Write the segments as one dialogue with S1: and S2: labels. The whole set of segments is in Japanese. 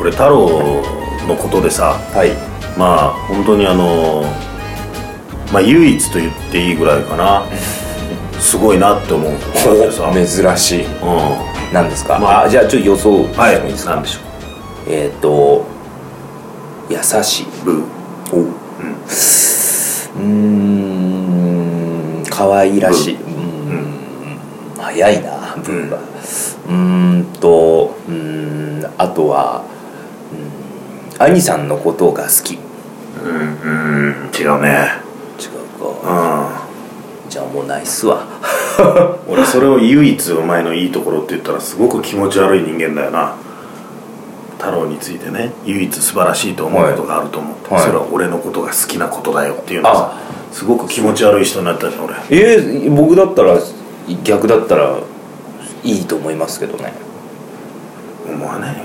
S1: 俺太郎のことでさ
S2: はい
S1: まあ本当にあのまあ唯一と言っていいぐらいかなすごいなって思うことがあってさ、うん、
S2: 珍しい何ですか、
S1: まあ
S2: あ、じゃあちょっと予想して
S1: は
S2: もいいです
S1: い
S2: か、
S1: なんでしょ
S2: えっ、と優しい
S1: ブー
S2: おううんうーん可愛らしいうん早いなブーがうーんとうーんあとはうーん兄さんのことが好き違う
S1: ううんうん違うねう
S2: か
S1: ん
S2: じゃあもうないっすわ
S1: 俺それを唯一お前のいいところって言ったらすごく気持ち悪い人間だよな太郎についてね唯一素晴らしいと思うことがあると思って、
S2: はい
S1: それは俺のことが好きなことだよっていうの
S2: あ
S1: さすごく気持ち悪い人になったじゃん俺
S2: えー、僕だったら逆だったらいいと思いますけどね
S1: 思わないよ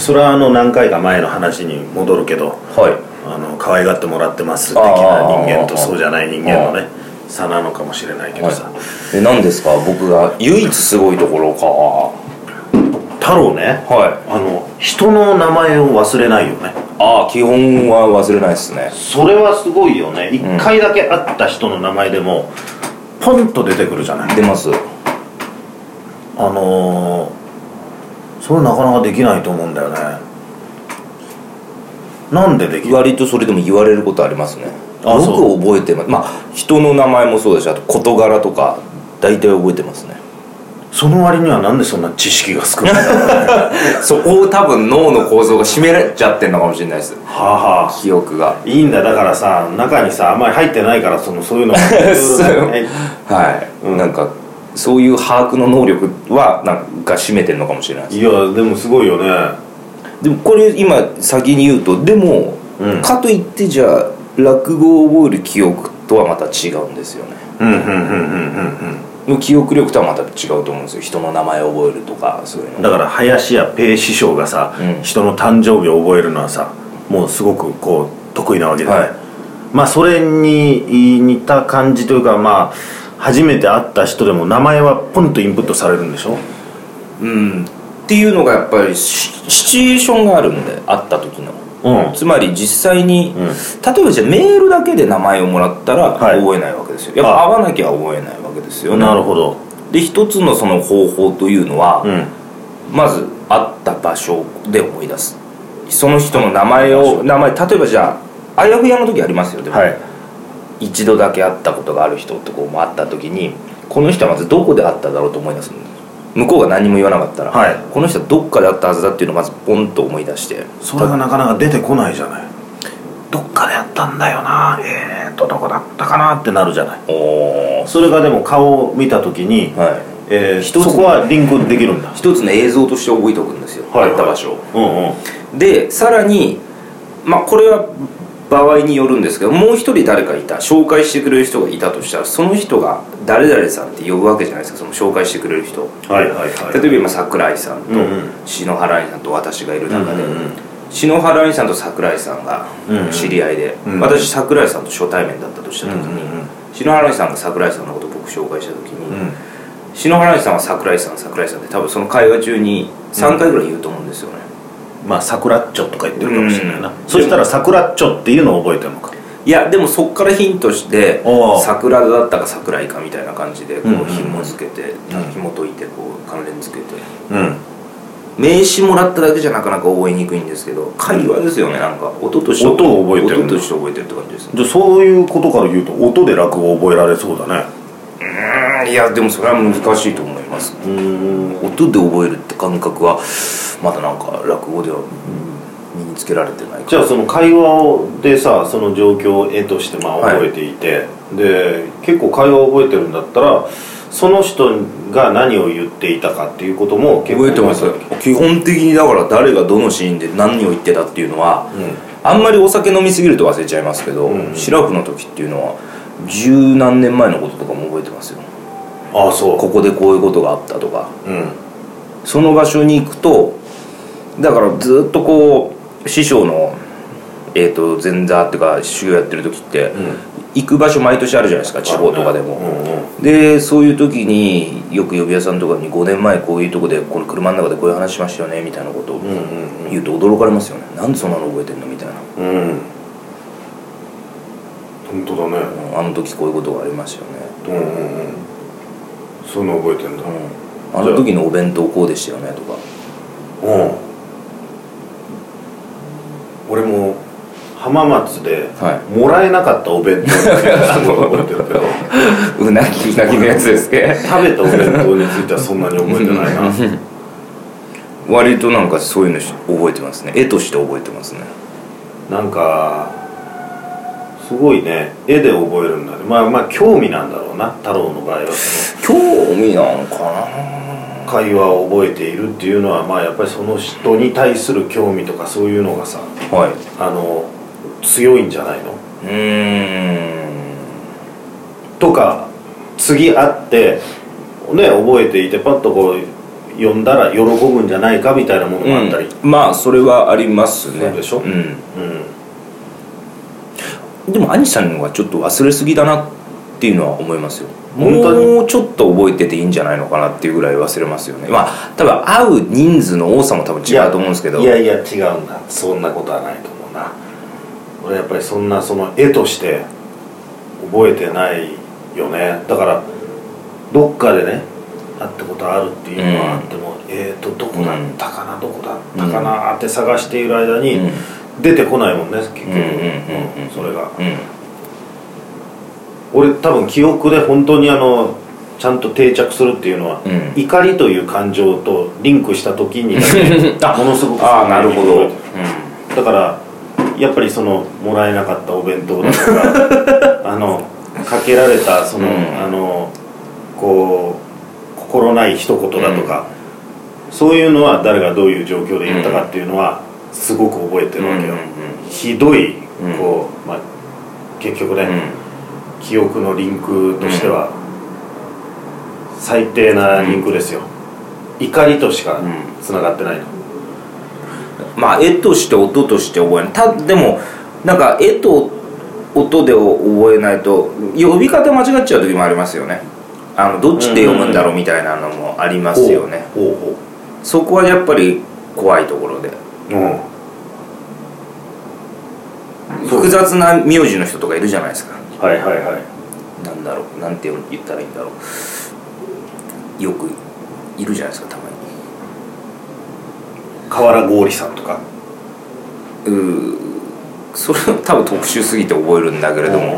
S1: それはあの何回か前の話に戻るけど
S2: はい
S1: あの可愛がってもらってます的な人間と
S2: あー
S1: そうじゃない人間のね差なのかもしれないけどさ、
S2: え何ですか僕が唯一すごいところか
S1: 太郎ね
S2: はい
S1: あの人の名前を忘れないよね
S2: ああ基本は忘れないですね
S1: それはすごいよね1回だけ会った人の名前でもポンと出てくるじゃない
S2: 出ます
S1: あのー、それなかなかできないと思うんだよねなんでできる
S2: 割とそれでも言われることありますね
S1: あ
S2: よ
S1: そ
S2: く覚えてますまあ人の名前もそうだしあと事柄とか大体覚えてますね
S1: その割にはなんでそんな知識が少 ないんだろうね
S2: そこを多分脳の構造が占められちゃってんのかもしれないです
S1: はあはあ
S2: 記憶が
S1: いいんだだからさ中にさあんまり入ってないからそのそういうのが
S2: そう
S1: はい
S2: はい、なんかそういう把握の能力はなんか占めてるのかもしれないです
S1: いやでもすごいよね
S2: でもこれ今先に言うとでも、
S1: うん
S2: かといってじゃあ落語を覚える記憶とはまた違うんですよね
S1: うんうんうんうんうん
S2: の記憶力とはまた違うと思うんですよ人の名前を覚えるとかそういう
S1: だ
S2: の
S1: から林家ペイ師匠がさ、
S2: うん
S1: 人の誕生日を覚えるのはさもうすごくこう得意なわけじゃない、
S2: はい
S1: まあそれに似た感じというかまあ初めて会った人でも名前はポンとインプットされるんでしょ
S2: うんっていうのがやっぱりシシチュエーションがあるんで会った時の
S1: うん
S2: つまり実際に、
S1: ん
S2: 例えばじゃあメールだけで名前をもらったら
S1: はい
S2: 覚えないわけですよ、やっぱ会わなきゃ覚えないわけですよね
S1: なるほど
S2: で一つのその方法というのは、
S1: うん
S2: まず会った場所で思い出すその人の名前
S1: 場
S2: を名前例えばじゃああやふやの時ありますよでも、
S1: はい
S2: 一度だけ会ったことがある人とこうも会った時にこの人はまずどこで会っただろうと思い出すんです向こうが何も言わなかったら、
S1: はい
S2: この人はどっかで会ったはずだっていうのをまずポンと思い出して
S1: それがなかなか出てこないじゃないどっかでやったんだよなえー、っとどこだったかなってなるじゃない
S2: おお
S1: それがでも顔を見た時に、
S2: はい
S1: えー、
S2: 一つ
S1: そこはリンクできるんだ
S2: 一つの映像として覚えておくんですよ、
S1: はい
S2: 会った場所を
S1: うんうん
S2: でさらにまあこれは場合によるんですけどもう一人誰かいた紹介してくれる人がいたとしたらその人が誰々さんって呼ぶわけじゃないですかその紹介してくれる人
S1: はいはいはい
S2: 例えば今桜井さんと
S1: うんうん
S2: 篠原愛さんと私がいる中で、
S1: うんうんうん
S2: 篠原愛さんと桜井さんが
S1: うんうん
S2: 知り合いで、
S1: うん
S2: 私桜井さんと初対面だったとした時に、
S1: うんうんうん
S2: 篠原愛さんが桜井さんのことを僕紹介した時に、
S1: うん
S2: 篠原愛さんは桜井さん桜井さんって多分その会話中に3回ぐらい言うと思うんですよね、
S1: まあ桜っちょとか言ってるかもしれないな、
S2: うん
S1: そしたら桜っちょっていうのを覚えてるのか
S2: いやでもそっからヒントして
S1: おう
S2: 桜だったか桜井かみたいな感じでこ
S1: うんうんう
S2: うん紐付けて、
S1: うん
S2: 紐解いてこう関連付けて
S1: うん
S2: 名刺もらっただけじゃなかなか覚えにくいんですけど会話ですよねなんか音として
S1: 音を覚えてる
S2: 音として覚えてるって感じですね
S1: じゃあそういうことから言うと音で落語を覚えられそうだね
S2: うーんいやでもそれは難しいと思います
S1: うん
S2: 音で覚えるって感覚はまだなんか落語では身につけられてない
S1: じゃあその会話をでさその状況を絵としてまあ
S2: はい
S1: 覚えていて、で結構会話を覚えてるんだったらその人が何を言っていたかっていうことも結構
S2: 覚えてます基本的にだから誰がどのシーンで何を言ってたっていうのは、あんまりお酒飲みすぎると忘れちゃいますけど、
S1: うん
S2: シラフの時っていうのは十何年前のこととかも覚えてますよ
S1: ああそう
S2: ここでこういうことがあったとか
S1: うん
S2: その場所に行くとだからずっとこう師匠のえー、と前座っていうか修行やってる時って、行く場所毎年あるじゃないですか地方とかでも、
S1: うんうん
S2: でそういう時によく呼び屋さんとかに5年前こういうとこでこの車の中でこういう話しましたよねみたいなことを言うと驚かれますよね、なんでそんなの覚えてんのみたいな
S1: うん本当だね
S2: あの時こういうことがありましたよね、
S1: うんうんうんそういうの覚えてんだ
S2: うん、あの時のお弁当こうでしたよねとか
S1: うん俺も浜松で
S2: は
S1: もらえなかったお弁当っていうのを覚えてるけど
S2: うなぎうなぎのやつですけど
S1: 食べたお弁当についてはそんなに覚えてないな
S2: 割となんかそういうのし覚えてますね絵として覚えてますね
S1: なんかすごいね絵で覚えるんだねまあまあ興味なんだろうな太郎の場合はそ
S2: 興味なんかな
S1: の会話を覚えているっていうのはまあやっぱりその人に対する興味とかそういうのがさ
S2: はい
S1: あの強いんじゃないの
S2: うーん
S1: とか次会ってね覚えていてパッとこう読んだら喜ぶんじゃないかみたいなものもあったり、
S2: うんまあそれはありますね
S1: そうでしょ
S2: ん
S1: うん
S2: でも兄さんの方がちょっと忘れすぎだなっていうのは思いますよ
S1: 本当に
S2: もうちょっと覚えてていいんじゃないのかなっていうぐらい忘れますよねまあ多分会う人数の多さも多分違うと思うんですけど
S1: いやいや違うんだそんなことはないと思うな俺やっぱりそんなその絵として覚えてないよねだからどっかでね会ったことあるっていうのはあっても、えーとどこだったかな、どこだったかなって探している間に
S2: うん
S1: 出てこないもんね結局、
S2: うんうんうんうん
S1: それが
S2: うん
S1: 俺多分記憶で本当にあのちゃんと定着するっていうのは、
S2: うん
S1: 怒りという感情とリンクした時 にだけものすごく
S2: ああなるほど、うん、
S1: だからやっぱりそのもらえなかったお弁当だとか あのかけられたその、
S2: うん
S1: あのこう心ない一言だとか、そういうのは誰がどういう状況で言ったかっていうのはすごく覚えてるわけよ、
S2: うんうん
S1: ひどい
S2: うん
S1: こう、まあ、結局ね、
S2: う
S1: 記憶のリンクとしては最低なリンクですよ、怒りとしか
S2: うん
S1: つながってないの、
S2: ん、まあ絵として音として覚えないたでもなんか絵と音で覚えないと呼び方間違っちゃう時もありますよねあのどっちで読むんだろうみたいなのもありますよね、
S1: ほうほう
S2: そこはやっぱり怖いところで
S1: うんそう
S2: 複雑な名字の人とかいるじゃないですか
S1: はいはいはい
S2: なんだろうなんて言ったらいいんだろうよくいるじゃないですかたまに
S1: 河原郷里さんとか
S2: うーそれは多分特殊すぎて覚えるんだけれども、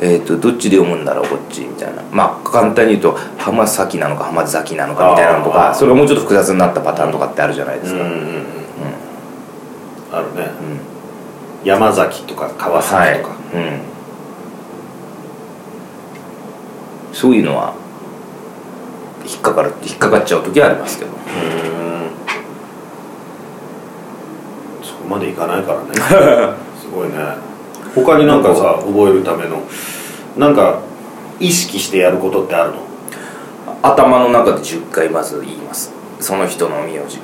S2: えー、とどっちで読むんだろうこっちみたいなまあ簡単に言うと浜崎なのか浜崎なのかみたいなのと
S1: あ
S2: か
S1: ー
S2: それがもうちょっと複雑になったパターンとかってあるじゃないで
S1: う
S2: す
S1: ん
S2: か、
S1: う
S2: うんん
S1: うんあるね、山崎とか川
S2: はい、
S1: 崎とか、
S2: うん、そういうのは引っかかる引っかかっちゃう時はありますけど
S1: うんそこまでいかないから ねすごいね他になんかさ覚えるためのなんか意識してやることってあるの
S2: 頭の中で10回まず言いますその人の名字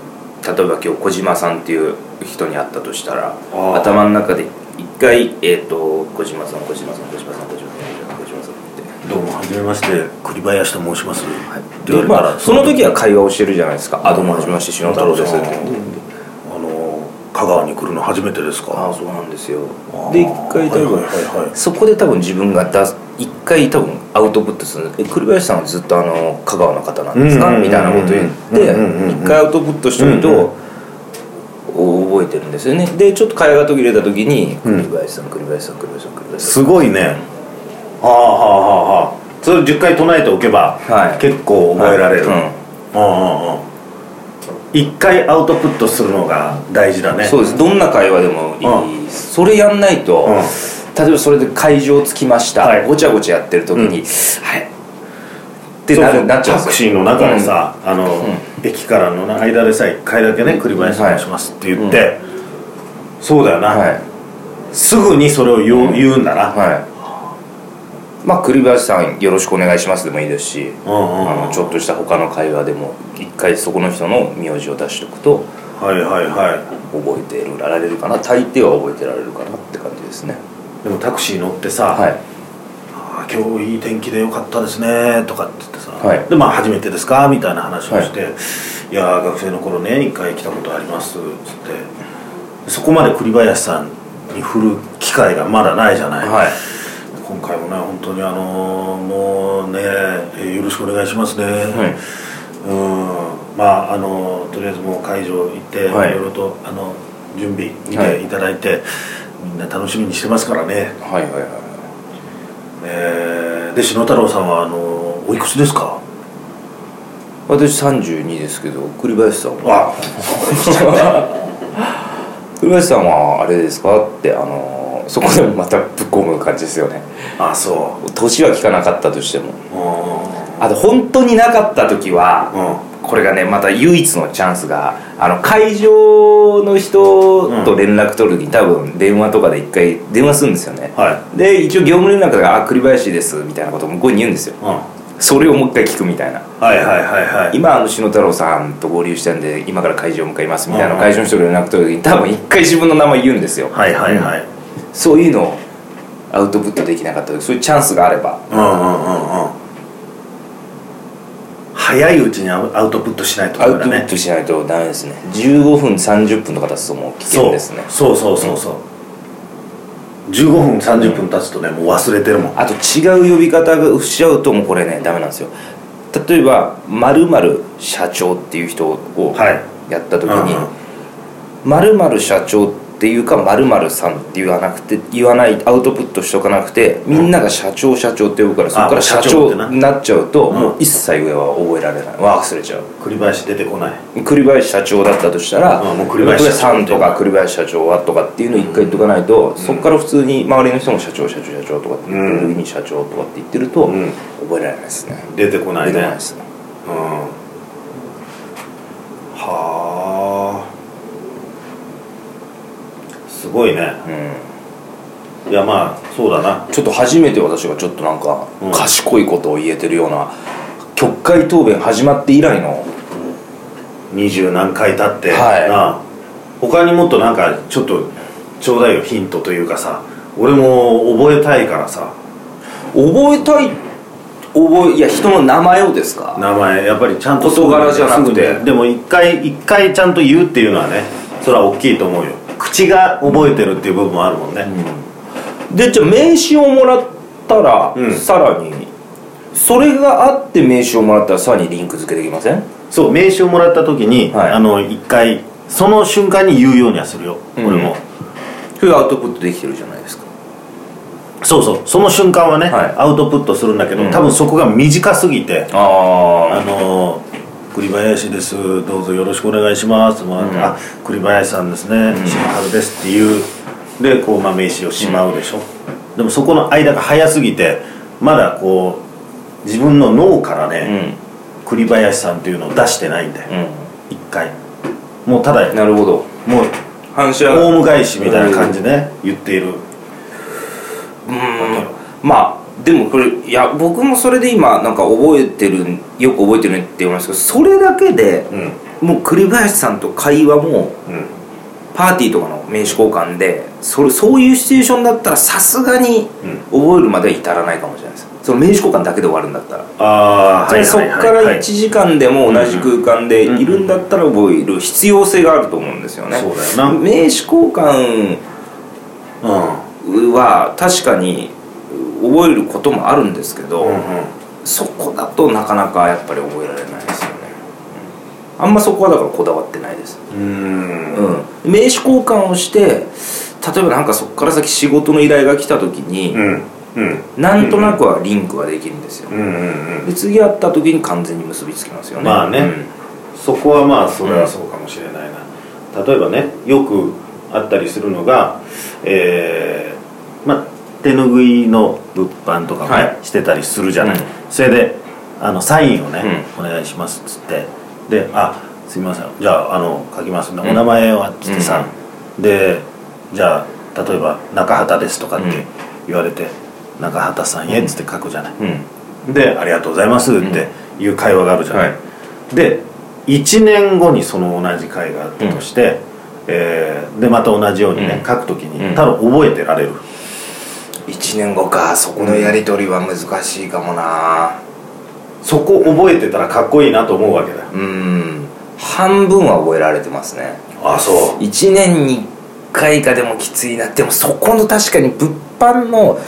S2: 例えば今日小島さんっていう人に会ったとしたら
S1: あー
S2: 頭の中で一回、えーと「小島さん小島さん小島さん小島さん小島さん」って
S1: どうもはじめまして栗林と申します、はい、って
S2: で、まあ、その時
S1: は
S2: は会話をしてるじゃないですか「あどうもはじめまして篠太郎です」って
S1: あの香川に来るの初めてです
S2: 「あ
S1: か
S2: あそうなんですよ
S1: あ」ー
S2: で一回多
S1: はい
S2: 分
S1: はいはい
S2: そこで多分自分が出す一回多分アウトプットするえ栗林さんはずっとあの香川の方なんです
S1: うん
S2: か
S1: うんうんうん
S2: みたいなこと言っ
S1: う
S2: て
S1: んうんうんうん
S2: 一回アウトプットしてると覚えてるんですよねでちょっと会話が途切れた時に
S1: うん
S2: 栗林さん栗林さん栗林さん栗林さ
S1: すごいねはあはあはあはあそれ10回唱えておけば、
S2: はい
S1: 結構
S2: ん
S1: 覚えられる、
S2: はいうん
S1: うんうんうん一回アウトプットするのが大事だね
S2: そうですどんな会話でもいいそれやんないと
S1: うん
S2: 例えばそれで会場着きまし
S1: は
S2: た
S1: い
S2: ごちゃごちゃやってる時にはいってな
S1: そうそ
S2: る
S1: う
S2: なっちゃうん
S1: タ
S2: で
S1: ク
S2: す
S1: シ
S2: よ
S1: ーの中でさ、あの、駅からの間でさ一回だけね「栗林さ
S2: は
S1: ん
S2: い
S1: します」って言って、そうだよな、
S2: はい
S1: すぐにそれを言う,、ん、言うんだな、
S2: はいまあ栗林さんよろしくお願いしますでもいいですし
S1: うんうんうん
S2: あのちょっとした他の会話でも一回そこの人の名字を出しておくと
S1: はいはいは
S2: 覚えてるられるかな大抵は覚えてられるかなって感じですね
S1: いでもタクシー乗ってさ、
S2: はい
S1: あー今日いい天気でよかったですねとかって言ってさ、
S2: はい
S1: でまあ初めてですかみたいな話をして、い、やー学生の頃ね一回来たことありますっつってそこまで栗林さんに振る機会がまだないじゃない、
S2: はい
S1: 今回もね本当にあのーもうね、えーよろしくお願いしますね、
S2: はい
S1: うんまああのとりあえずもう会場行って、
S2: はい
S1: いろいろとあの準備見ていただいて、みんな楽しみにしてますからね、
S2: はいはいはい
S1: えーで篠太郎さんはあのおいくつですか
S2: 私32ですけど栗林さんは
S1: あ
S2: 栗林さんはあれですかってあのそこでもまたぶっ込む感じですよね
S1: あそう
S2: 年は聞かなかったとしても
S1: う
S2: あと本当になかった時は
S1: んうん
S2: これがねまた唯一のチャンスがあの会場の人と連絡取る時に多分電話とかで一回電話するんですよね
S1: は
S2: で一応業務連絡だから「あ栗林です」みたいなことを向こうに言うんですよ
S1: い、うん、
S2: それをもう一回聞くみたいな
S1: はいはいはいはい
S2: 今あの篠太郎さんと合流したんで今から会場向かいますみたいな
S1: うん
S2: 会場の人が連絡取る時に多分一回自分の名前言うんですよ
S1: はいはいはい
S2: そういうのをアウトプットできなかった時そういうチャンスがあれば
S1: うんうんうんうん早いうちにアウアウトプットしないと
S2: ア
S1: ダメ
S2: ウ
S1: だ
S2: トプ
S1: ね
S2: ットしないとダメですね15分30分とか経つともう危険ですね
S1: そうそうそうそうそう、15分30分経つとねもう忘れてるもん
S2: あと違う呼び方がしちゃうともうこれねダメなんですよ例えば「まる社長」っていう人を
S1: はい
S2: やった時
S1: うんうん
S2: に「まる社長」っていうか「まるさん」って言わなくて言わないアウトプットしとかなくてみんなが「社長社長」って呼ぶからそこから「
S1: あ
S2: 社
S1: 社
S2: 長
S1: 長」ってな
S2: になっちゃうと
S1: うん
S2: もう一切上は覚えられない忘れちゃう
S1: 栗林出てこない
S2: 栗林社長だったとしたら
S1: うんもう栗林社長
S2: さんとか栗林社長はとかっていうのを一回言っとかないと、そこから普通に周りの人も社長社長社長とかって言ってる時に社長とかって言ってると、
S1: うん
S2: 覚えられないですね
S1: 出てこない
S2: 出て
S1: ね
S2: こないですね
S1: うんはあすごいね
S2: うん
S1: いやまあそうだな
S2: ちょっと初めて私がちょっとなんか
S1: うん
S2: 賢いことを言えてるような曲解答弁始まって以来の
S1: 二十何回経って、
S2: はい
S1: なあ他にもっとなんかちょっとちょうだいよヒントというかさ俺も覚えたいからさ
S2: 覚えたい覚えいや人の名前をですか
S1: 名前やっぱりちゃんと
S2: 事柄じゃなくて
S1: すぐにでも一回一回ちゃんと言うっていうのはねそれは大きいと思うよ口が覚えてるっていう部分もあるもんね、
S2: でじゃあ名刺をもらったら、
S1: うん
S2: さらにそれがあって名刺をもらったらさらにリンク付けできません
S1: そう名刺をもらった時に、
S2: はい
S1: あの一回その瞬間に言うようにはするよ、
S2: うん
S1: 俺も
S2: それアウトプットできてるじゃないですか
S1: そうそうその瞬間はね、
S2: はい
S1: アウトプットするんだけど、
S2: うん
S1: 多分そこが短すぎてあ
S2: あ
S1: の栗林ですどうぞよろしくお願いします、まあ
S2: うん
S1: あ栗林さんですね篠原ですっていうでこう、まあ、名刺をしまうでしょ、でもそこの間が早すぎてまだこう自分の脳から
S2: あう
S1: ね、
S2: ん
S1: 栗林さんっていうのを出してないんだよ、
S2: う
S1: 一回もうただ
S2: んなるほど
S1: もう
S2: 反射
S1: オウム返しみたいな感じでね言っている
S2: うんまあでもこれいや僕もそれで今なんか覚えてるよく覚えてるって言いますけどそれだけで
S1: うんうん
S2: もう栗林さんと会話もパーティーとかの名刺交換でそれそういうシチュエーションだったらさすがに
S1: うん
S2: 覚えるまでは至らないかもしれないですその名刺交換だけで終わるんだったら、
S1: ああ
S2: つまりそこから1時間でも同じ空間でいるんだったら覚える必要性があると思うんですよね、
S1: そうだよな
S2: 名刺交換は確かに覚えることもあるんですけど、
S1: うんうんうん
S2: そこだとなかなかやっぱり覚えられないですよね、うんあんまそこはだからこだわってないです、
S1: うーん
S2: うん、名刺交換をして例えばなんかそこから先仕事の依頼が来た時に、
S1: うんうん
S2: なんとなくはリンクはできるんですよ、
S1: うんうんうん
S2: で次会った時に完全に結びつきますよね
S1: まあね
S2: うん
S1: そこはまあそれはそうかもしれないな、例えばねよくあったりするのがえーまあ手拭いの物販とかもね、
S2: はい
S1: してたりするじゃない、
S2: うん
S1: それであのサインをね、お願いしますっつってで「あすみませんじゃああの書きますんで、
S2: うん
S1: お名前は」っつってさ、でじゃあ例えば「中畑です」とかって
S2: うん
S1: 言われて「中畑さんへ」っつって書くじゃない、
S2: うん
S1: で「ありがとうございます」っていう会話があるじゃない、
S2: はい
S1: で1年後にその同じ回があったとして、えーでまた同じようにね、
S2: うん
S1: 書くときに、
S2: うん
S1: 多分覚えてられる
S2: 1年後かそこのやり取りは難しいかもな
S1: そこ覚えてたらかっこいいなと思うわけだよ
S2: うん半分は覚えられてますね
S1: あそう
S2: 1年に1回かでもきついなでもそこの確かに物販の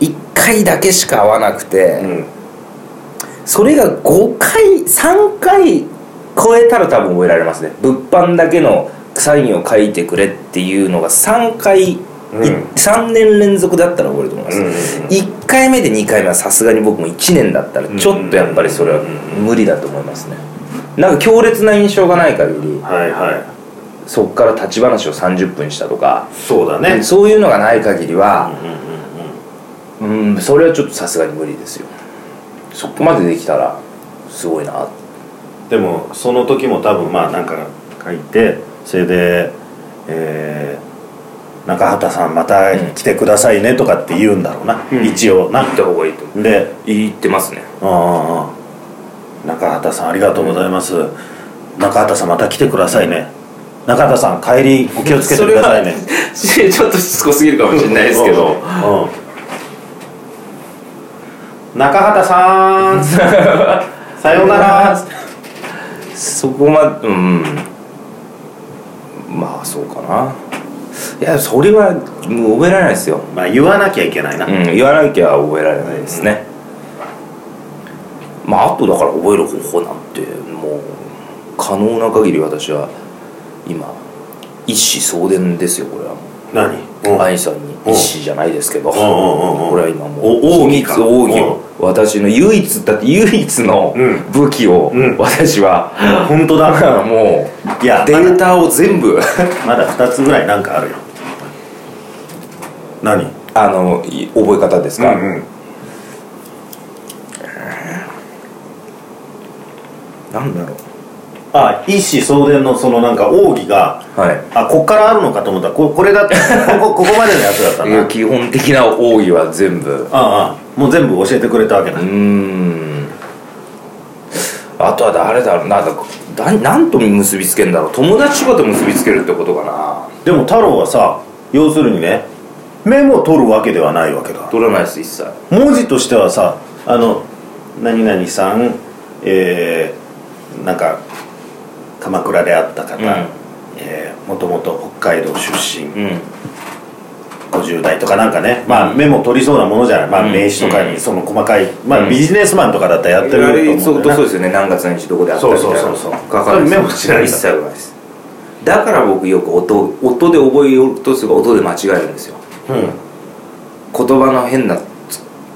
S2: 1回だけしか合わなくて、
S1: うん、
S2: それが5回3回超えたら多分覚えられますね物販だけのサインを書いてくれっていうのが3回、
S1: うん
S2: 3年連続だったら覚えると思います、
S1: うんうんうん
S2: 1回目で2回目はさすがに僕も1年だったらちょっとやっぱりそれは無理だと思いますねなんか強烈な印象がない限り
S1: はいはい
S2: そっから立ち話を30分したとか、
S1: そうだね、
S2: そういうのがない限り
S1: うん
S2: は
S1: うんうんうん
S2: うんそれはちょっとさすがに無理ですよそこまでできたらすごいな
S1: でもその時も多分まあなんか書いてそれで、えー中畑さんまた来てくださいね」とかって言うんだろうな、
S2: うん
S1: 一応な
S2: 行った方がいいと思う
S1: で
S2: 言ってますね
S1: 「ああ中畑さんありがとうございます、中畑さんまた来てくださいね中畑さん帰りお気をつけてくださいね」
S2: それはちょっとしつこすぎるかもしれないですけ
S1: うんう
S2: ど
S1: ん中畑さんさようなら
S2: そこまでうんまあそうかないやそれはもう覚えられないですよ、
S1: まあ言わなきゃいけないな、
S2: うん、言わなきゃ覚えられないですね、まああとだから覚える方法なんてもう可能な限り私は今一子相伝ですよこれはもう
S1: 何、うん
S2: 兄さんに一子じゃないですけど
S1: んうんうんうん
S2: これは今もう
S1: お奥義
S2: 秘
S1: か
S2: 密奥義を私の唯一だって唯一の
S1: うん
S2: 武器を
S1: うん
S2: 私は、
S1: 本当だ
S2: もう
S1: いや
S2: データを全部
S1: まだ2つぐらいなんかあるよ何
S2: あのい覚え方ですか、
S1: うん
S2: なんだろう
S1: あ一子相伝のそのなんか奥義が
S2: はい
S1: あこっからあるのかと思ったここれだって ここここまでのやつだった
S2: いや
S1: な
S2: 基本的な奥義は全部
S1: ああもう全部教えてくれたわけだ、
S2: うーんあとは誰だろうなだだ何と結びつけるんだろう友達とかと結びつけるってことかな
S1: でも太郎はさ要するにねメモ取るわけではないわけだ
S2: 取らないです一切
S1: 文字としてはさあの何々さんえー、なんか鎌倉で会った方、
S2: うん
S1: えーもともと北海道出身、
S2: うん
S1: 50代とかなんかね、まあ、
S2: うん
S1: メモ取りそうなものじゃない、まあ、
S2: うん
S1: 名刺とか
S2: う
S1: に
S2: ん
S1: その細かい、まあ、
S2: うん
S1: ビジネスマンとかだったらやってる
S2: あれ
S1: と
S2: そ
S1: 思
S2: う
S1: うんだよ
S2: そ
S1: ね
S2: うですよね何月何日どこで会ったみたいな
S1: そうそうそうそう
S2: 書かないです
S1: メモしないんだ
S2: 一切書かないですだから僕よく音音で覚えようとする音で間違えるんですよ言葉の変なつ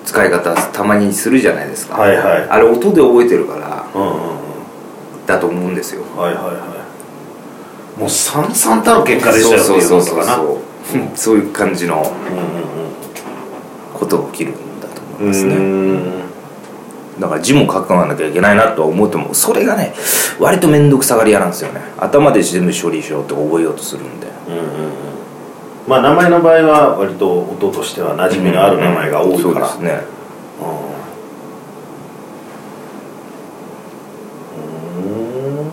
S2: 使い方たまにするじゃないです
S1: うん、
S2: か、
S1: はいはい
S2: あれ音で覚えてるから
S1: うんうんうん
S2: だと思うんですよ
S1: はいはいはいもうさんさんたる結果でしたよ
S2: そうそう
S1: って
S2: そう
S1: いこ
S2: そう
S1: とかな
S2: ううんそういう感じの
S1: うん
S2: ことが起きるんだと思い
S1: うんうん
S2: ますねだから字も書かなきゃいけないなとは思ってもそれがね割と面倒くさがり屋なんですよね頭で全部処理しようと覚えようとするんで
S1: うーんうんうんうんまあ名前の場合は割と音としては馴染みのある名前が多いから、
S2: そうですね
S1: うん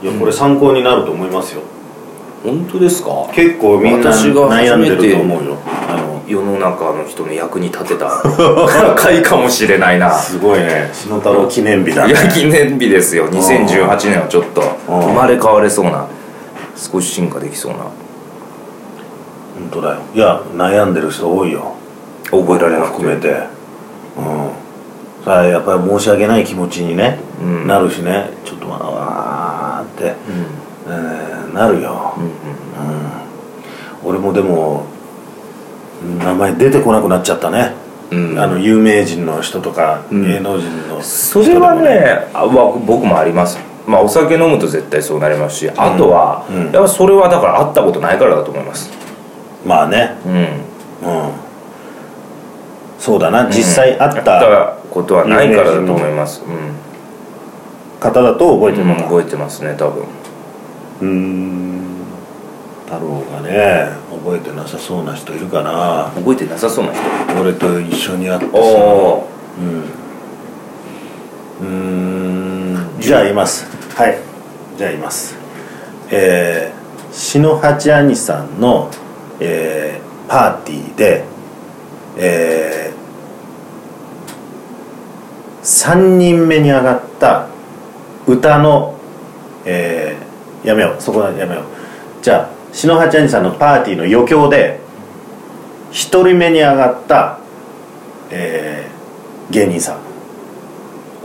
S1: いやこれ参考になると思いますよ
S2: 本当ですか
S1: 結構みんな
S2: 私が
S1: 悩
S2: 初
S1: ん
S2: め
S1: で
S2: て
S1: ると思うよあ
S2: 世の中の人の役に立 てた回かもしれないな
S1: のすごいね篠太郎記念日だね
S2: 夜記念日ですよ2018年はちょっと
S1: うん
S2: 生まれ変われそうな少し進化できそうな
S1: 本当だよいや悩んでる人多いよ
S2: 覚えられなく
S1: 含
S2: て
S1: めてうんさあやっぱり申し訳ない気持ちにね、
S2: うん
S1: なるしねちょっとわーわーって、
S2: うん
S1: えーなるよ、
S2: うんうん
S1: 俺もでも名前出てこなくなっちゃったね、
S2: うん
S1: あの有名人の人とか、
S2: うん
S1: 芸能人の
S2: そ
S1: 人
S2: れ
S1: と
S2: は
S1: か
S2: ねあわ僕もありますまあお酒飲むと絶対そうなりますしあとは、
S1: うん
S2: やっぱそれはだから会ったことないからだと思います
S1: まあね
S2: うん
S1: うんそうだな、実際会った
S2: 会ったことはないからだと思いますうん
S1: 方だと覚えてる
S2: うん
S1: のか
S2: 覚えてますね多分
S1: うーん太郎がね覚えてなさそうな人いるかな
S2: 覚えてなさそうな人
S1: 俺と一緒に会ってさ
S2: おお
S1: うんうーんじゃあ言いますはいじゃあ言いますえー、篠八兄さんの、えー、パーティーでえー、3人目に上がった歌のえー、やめようそこはやめようじゃあ篠八兄さんのパーティーの余興で一人目に上がった、えー、芸人さ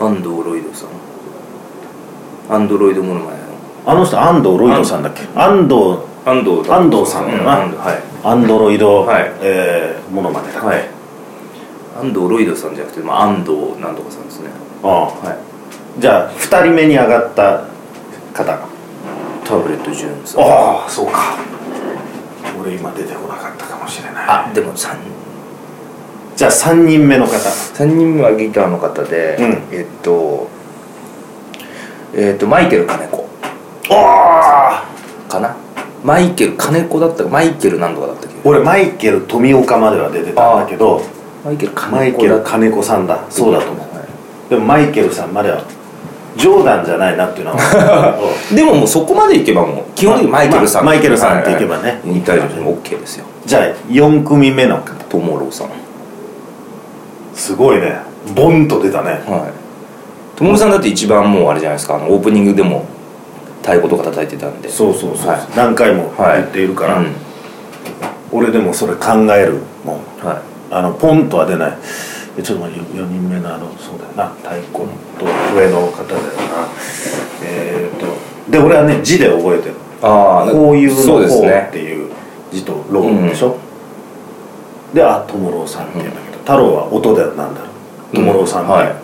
S1: ん
S2: 安藤ロイドさんアンドロイドモノマネの
S1: あの人安藤ロイドさんだっけ安藤
S2: 安藤
S1: 安藤さんだよな
S2: う安藤はい
S1: アンドロイド、
S2: はい
S1: えー、モノマネだっけ、
S2: はい安藤ロイドさんじゃなくて、まあ、安藤なんとかさんですね
S1: あ
S2: はい
S1: あじゃあ二人目に上がった方
S2: タブレットジュンさん
S1: ああそうか俺今出てこなかったかもしれない
S2: あでも3
S1: じゃあ三人目の方
S2: 三人目はギターの方で、
S1: う
S2: えっとえっとマイケル金子
S1: ああ
S2: かなマイケル金子だったかマイケルなんとかだったっけ
S1: 俺マイケル富岡までは出てたんだけど
S2: マイケル
S1: マ
S2: 金
S1: イ
S2: 子
S1: ケ
S2: だ
S1: ル
S2: った
S1: 金子さんだそうだと思う
S2: は
S1: でもマイケルさんまでは冗談じゃないなっていうのは分かるけど
S2: いでももうそこまでいけばもう基本的にマイケルさん、
S1: まあマイケルさんっていけばね
S2: はいはい、大丈夫ですも OK ですよ
S1: じゃあ4組目の方
S2: トモローさん
S1: すごいねボンと出たね
S2: はい友美さんだって一番もうあれじゃないですかあのオープニングでも太鼓とか叩いてたんで
S1: そうそうそう、
S2: はい
S1: 何回も
S2: はい
S1: 言っているから、
S2: うん
S1: 俺でもそれ考えるもん
S2: は
S1: あのポンとは出ないえちょっと待ってよ4人目のあのそうだよな太鼓と上の方だよなえー、とで俺はね字で覚えてる
S2: いああ
S1: こういう
S2: そう
S1: の
S2: です
S1: こう
S2: ね
S1: っていう字とローでしょ、であともろうさんって言うんだけど、太郎は音でなんだろうともろうさんって、
S2: はい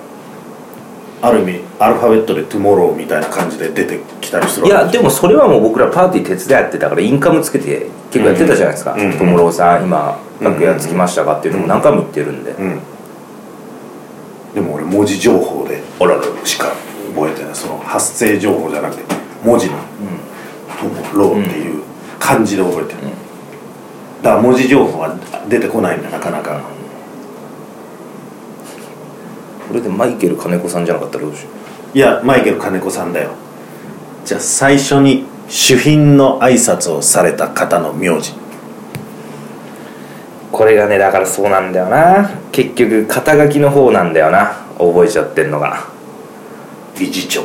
S1: ある意味アルファベットで「トゥモロー」みたいな感じで出てきたりする
S2: い
S1: わ
S2: や
S1: け
S2: でもそれはもう僕らパーティー手伝ってたからインカムつけて結構やってたじゃないですか
S1: うん
S2: 「トモローさん今楽屋つきましたか?」っていうのも何回も言ってるんで
S1: うんでも俺文字情報で「あらら」しか覚えてないその発声情報じゃなくて文字の「トモロー」っていう漢字で覚えてる、だから文字情報は出てこないんだなかなか、
S2: これでマイケル金子さんじゃなかったらどうしよ
S1: いやマイケル金子さんだよじゃあ最初に主賓の挨拶をされた方の名字
S2: うこれがねだからそうなんだよな結局肩書きの方なんだよな覚えちゃってんのが
S1: 理事長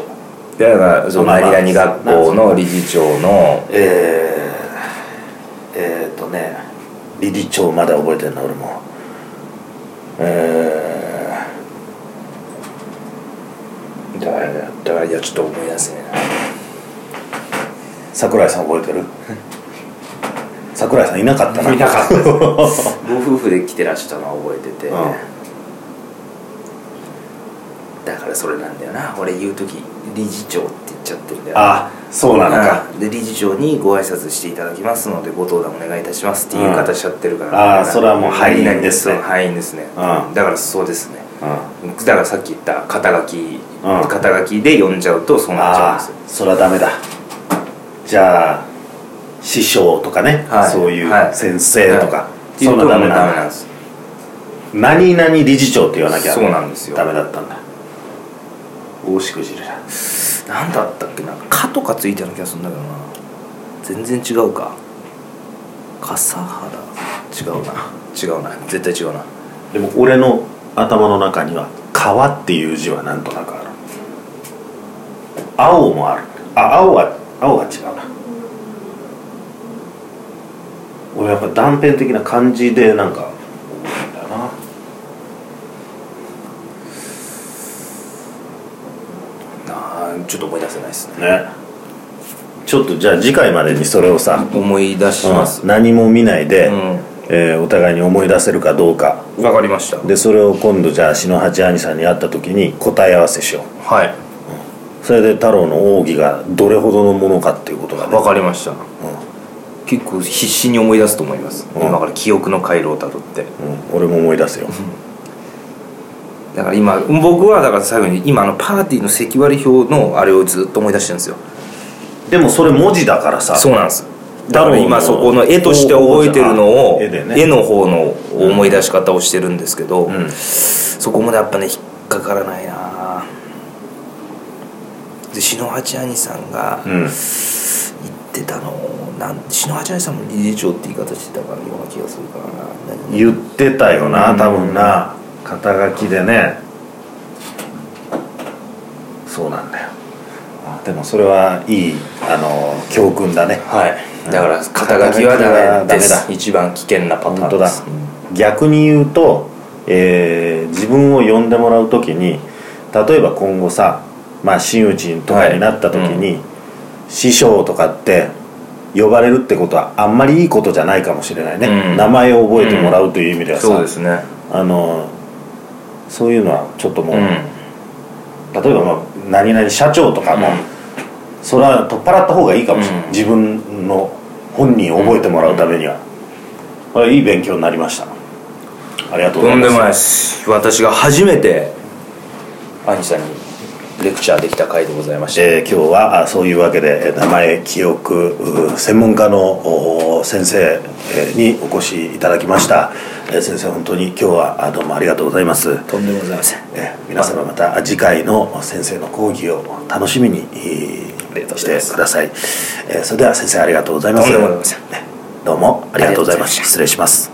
S2: だからその
S1: まあまあ
S2: 何々学校の理事長の
S1: えー、えー、とね理事長まだ覚えてるな俺もえ
S2: 誰だったかいやちょっと思い出せね
S1: ー、桜井さん覚えてる桜井さんいなかったな
S2: えないなかったです ご夫婦で来てらっしゃったのは覚えてて
S1: うん
S2: だからそれなんだよな俺言う時理事長って言っちゃってるんだよな
S1: あそうなのか
S2: うんで理事長にご挨拶していただきますのでご登壇お願いいたしますっていう形しちゃってるから、
S1: うんあーそれはもう敗因ですね
S2: そう敗因ですね、
S1: うん
S2: だからそうですね
S1: うん
S2: だからさっき言った肩書き、
S1: うん
S2: 肩書きで呼んじゃうとそうなっちゃうん
S1: ああ
S2: ですよ
S1: それはダメだじゃあ師匠とかね、
S2: はい
S1: そういう
S2: はい
S1: 先生とか、
S2: はいってい
S1: そ
S2: うんと
S1: な
S2: もう
S1: ダ
S2: ダ
S1: メ
S2: メ
S1: なんだ
S2: なんです
S1: 何々理事長って言わなきゃ
S2: そうなんですよ
S1: ダメだったんだ大しくじるだ
S2: なんだったっけな「か」とかついてる気がするんだけどな全然違うか笠原違うな違うな絶対違うな
S1: でも俺の頭の中には「川」っていう字はなんとなくある青もあるあ青は青は違うな俺やっぱ断片的な感じでなんか覚えるんだよな
S2: あーちょっと思い出せないですね
S1: ねちょっとじゃあ次回までにそれをさ、
S2: 思い出します
S1: うん何も見ないで、
S2: うん
S1: えーお互いに思い出せるかどうか
S2: わかりました
S1: でそれを今度じゃあ篠八兄さんに会った時に答え合わせしよ
S2: は
S1: うそれで太郎の奥義がどれほどのものかっていうことが
S2: い
S1: ね
S2: わかりました、結構必死に思い出すと思います、
S1: うん
S2: 今から記憶の回路をたどって
S1: うん、俺も思い出すよ
S2: だから今僕はだから最後に今あのパーティーの席割り表のあれをずっと思い出してるんですよ
S1: でもそれ文字だからさ
S2: そうなんです
S1: だ
S2: だ
S1: か
S2: からら
S1: 今
S2: 今
S1: そ
S2: そ
S1: この
S2: この
S1: 絵
S2: 絵
S1: と
S2: と
S1: し
S2: してて
S1: 覚
S2: 覚
S1: え
S2: え
S1: て
S2: て
S1: る
S2: る
S1: の
S2: の
S1: を
S2: を
S1: 絵
S2: 絵の方の思い出し方をしてるんですけど、
S1: うん
S2: そこまでやっぱね引っかからないなで篠八兄さんが
S1: う
S2: 言っ
S1: ん
S2: てたのをなん篠八兄さんも理事長って言い方してたからような気がするからな何
S1: 言ってたよな多分な肩書きでねそうなんだよあでもそれはいいあの教訓だね
S2: はいだから肩書きはダメ
S1: 肩書
S2: です
S1: きはダメだ
S2: 一番危険なパタ
S1: 本
S2: ー
S1: 当
S2: ンで
S1: だ
S2: す
S1: 逆に言うと、えー自分を呼んでもらう時に例えば今後さまあ真打ちとかになった時に、師匠とかって呼ばれるってことはあんまりいいことじゃないかもしれないね、
S2: うん
S1: 名前を覚えてもらうという意味ではさ、
S2: そうですね
S1: あのそういうのはちょっともう、
S2: うん
S1: 例えば、まあ、何々社長とかも、それは取っ払った方がいいかもしれない、
S2: うん
S1: 自分の本人を覚えてもらうためには、これはいい勉強になりましたありがとうござ
S2: と
S1: い
S2: ん
S1: ま
S2: ですもないです私が初めて兄さんにレクチャーできた回でございました
S1: えー今日はあそういうわけでえー名前記憶うー専門家のおー先生えーにお越しいただきました、えー先生本当に今日はあどうもありがとうございます
S2: とんでもございません
S1: えー皆様また次回の先生の講義を楽しみにえ
S2: ありが
S1: ー
S2: とうご
S1: し
S2: ざい
S1: て
S2: ます
S1: ください、えーそれでは先生ありがとうございます
S2: とんでもございません
S1: ねどうもありがとうございまし
S2: ありがとうございました
S1: た失礼します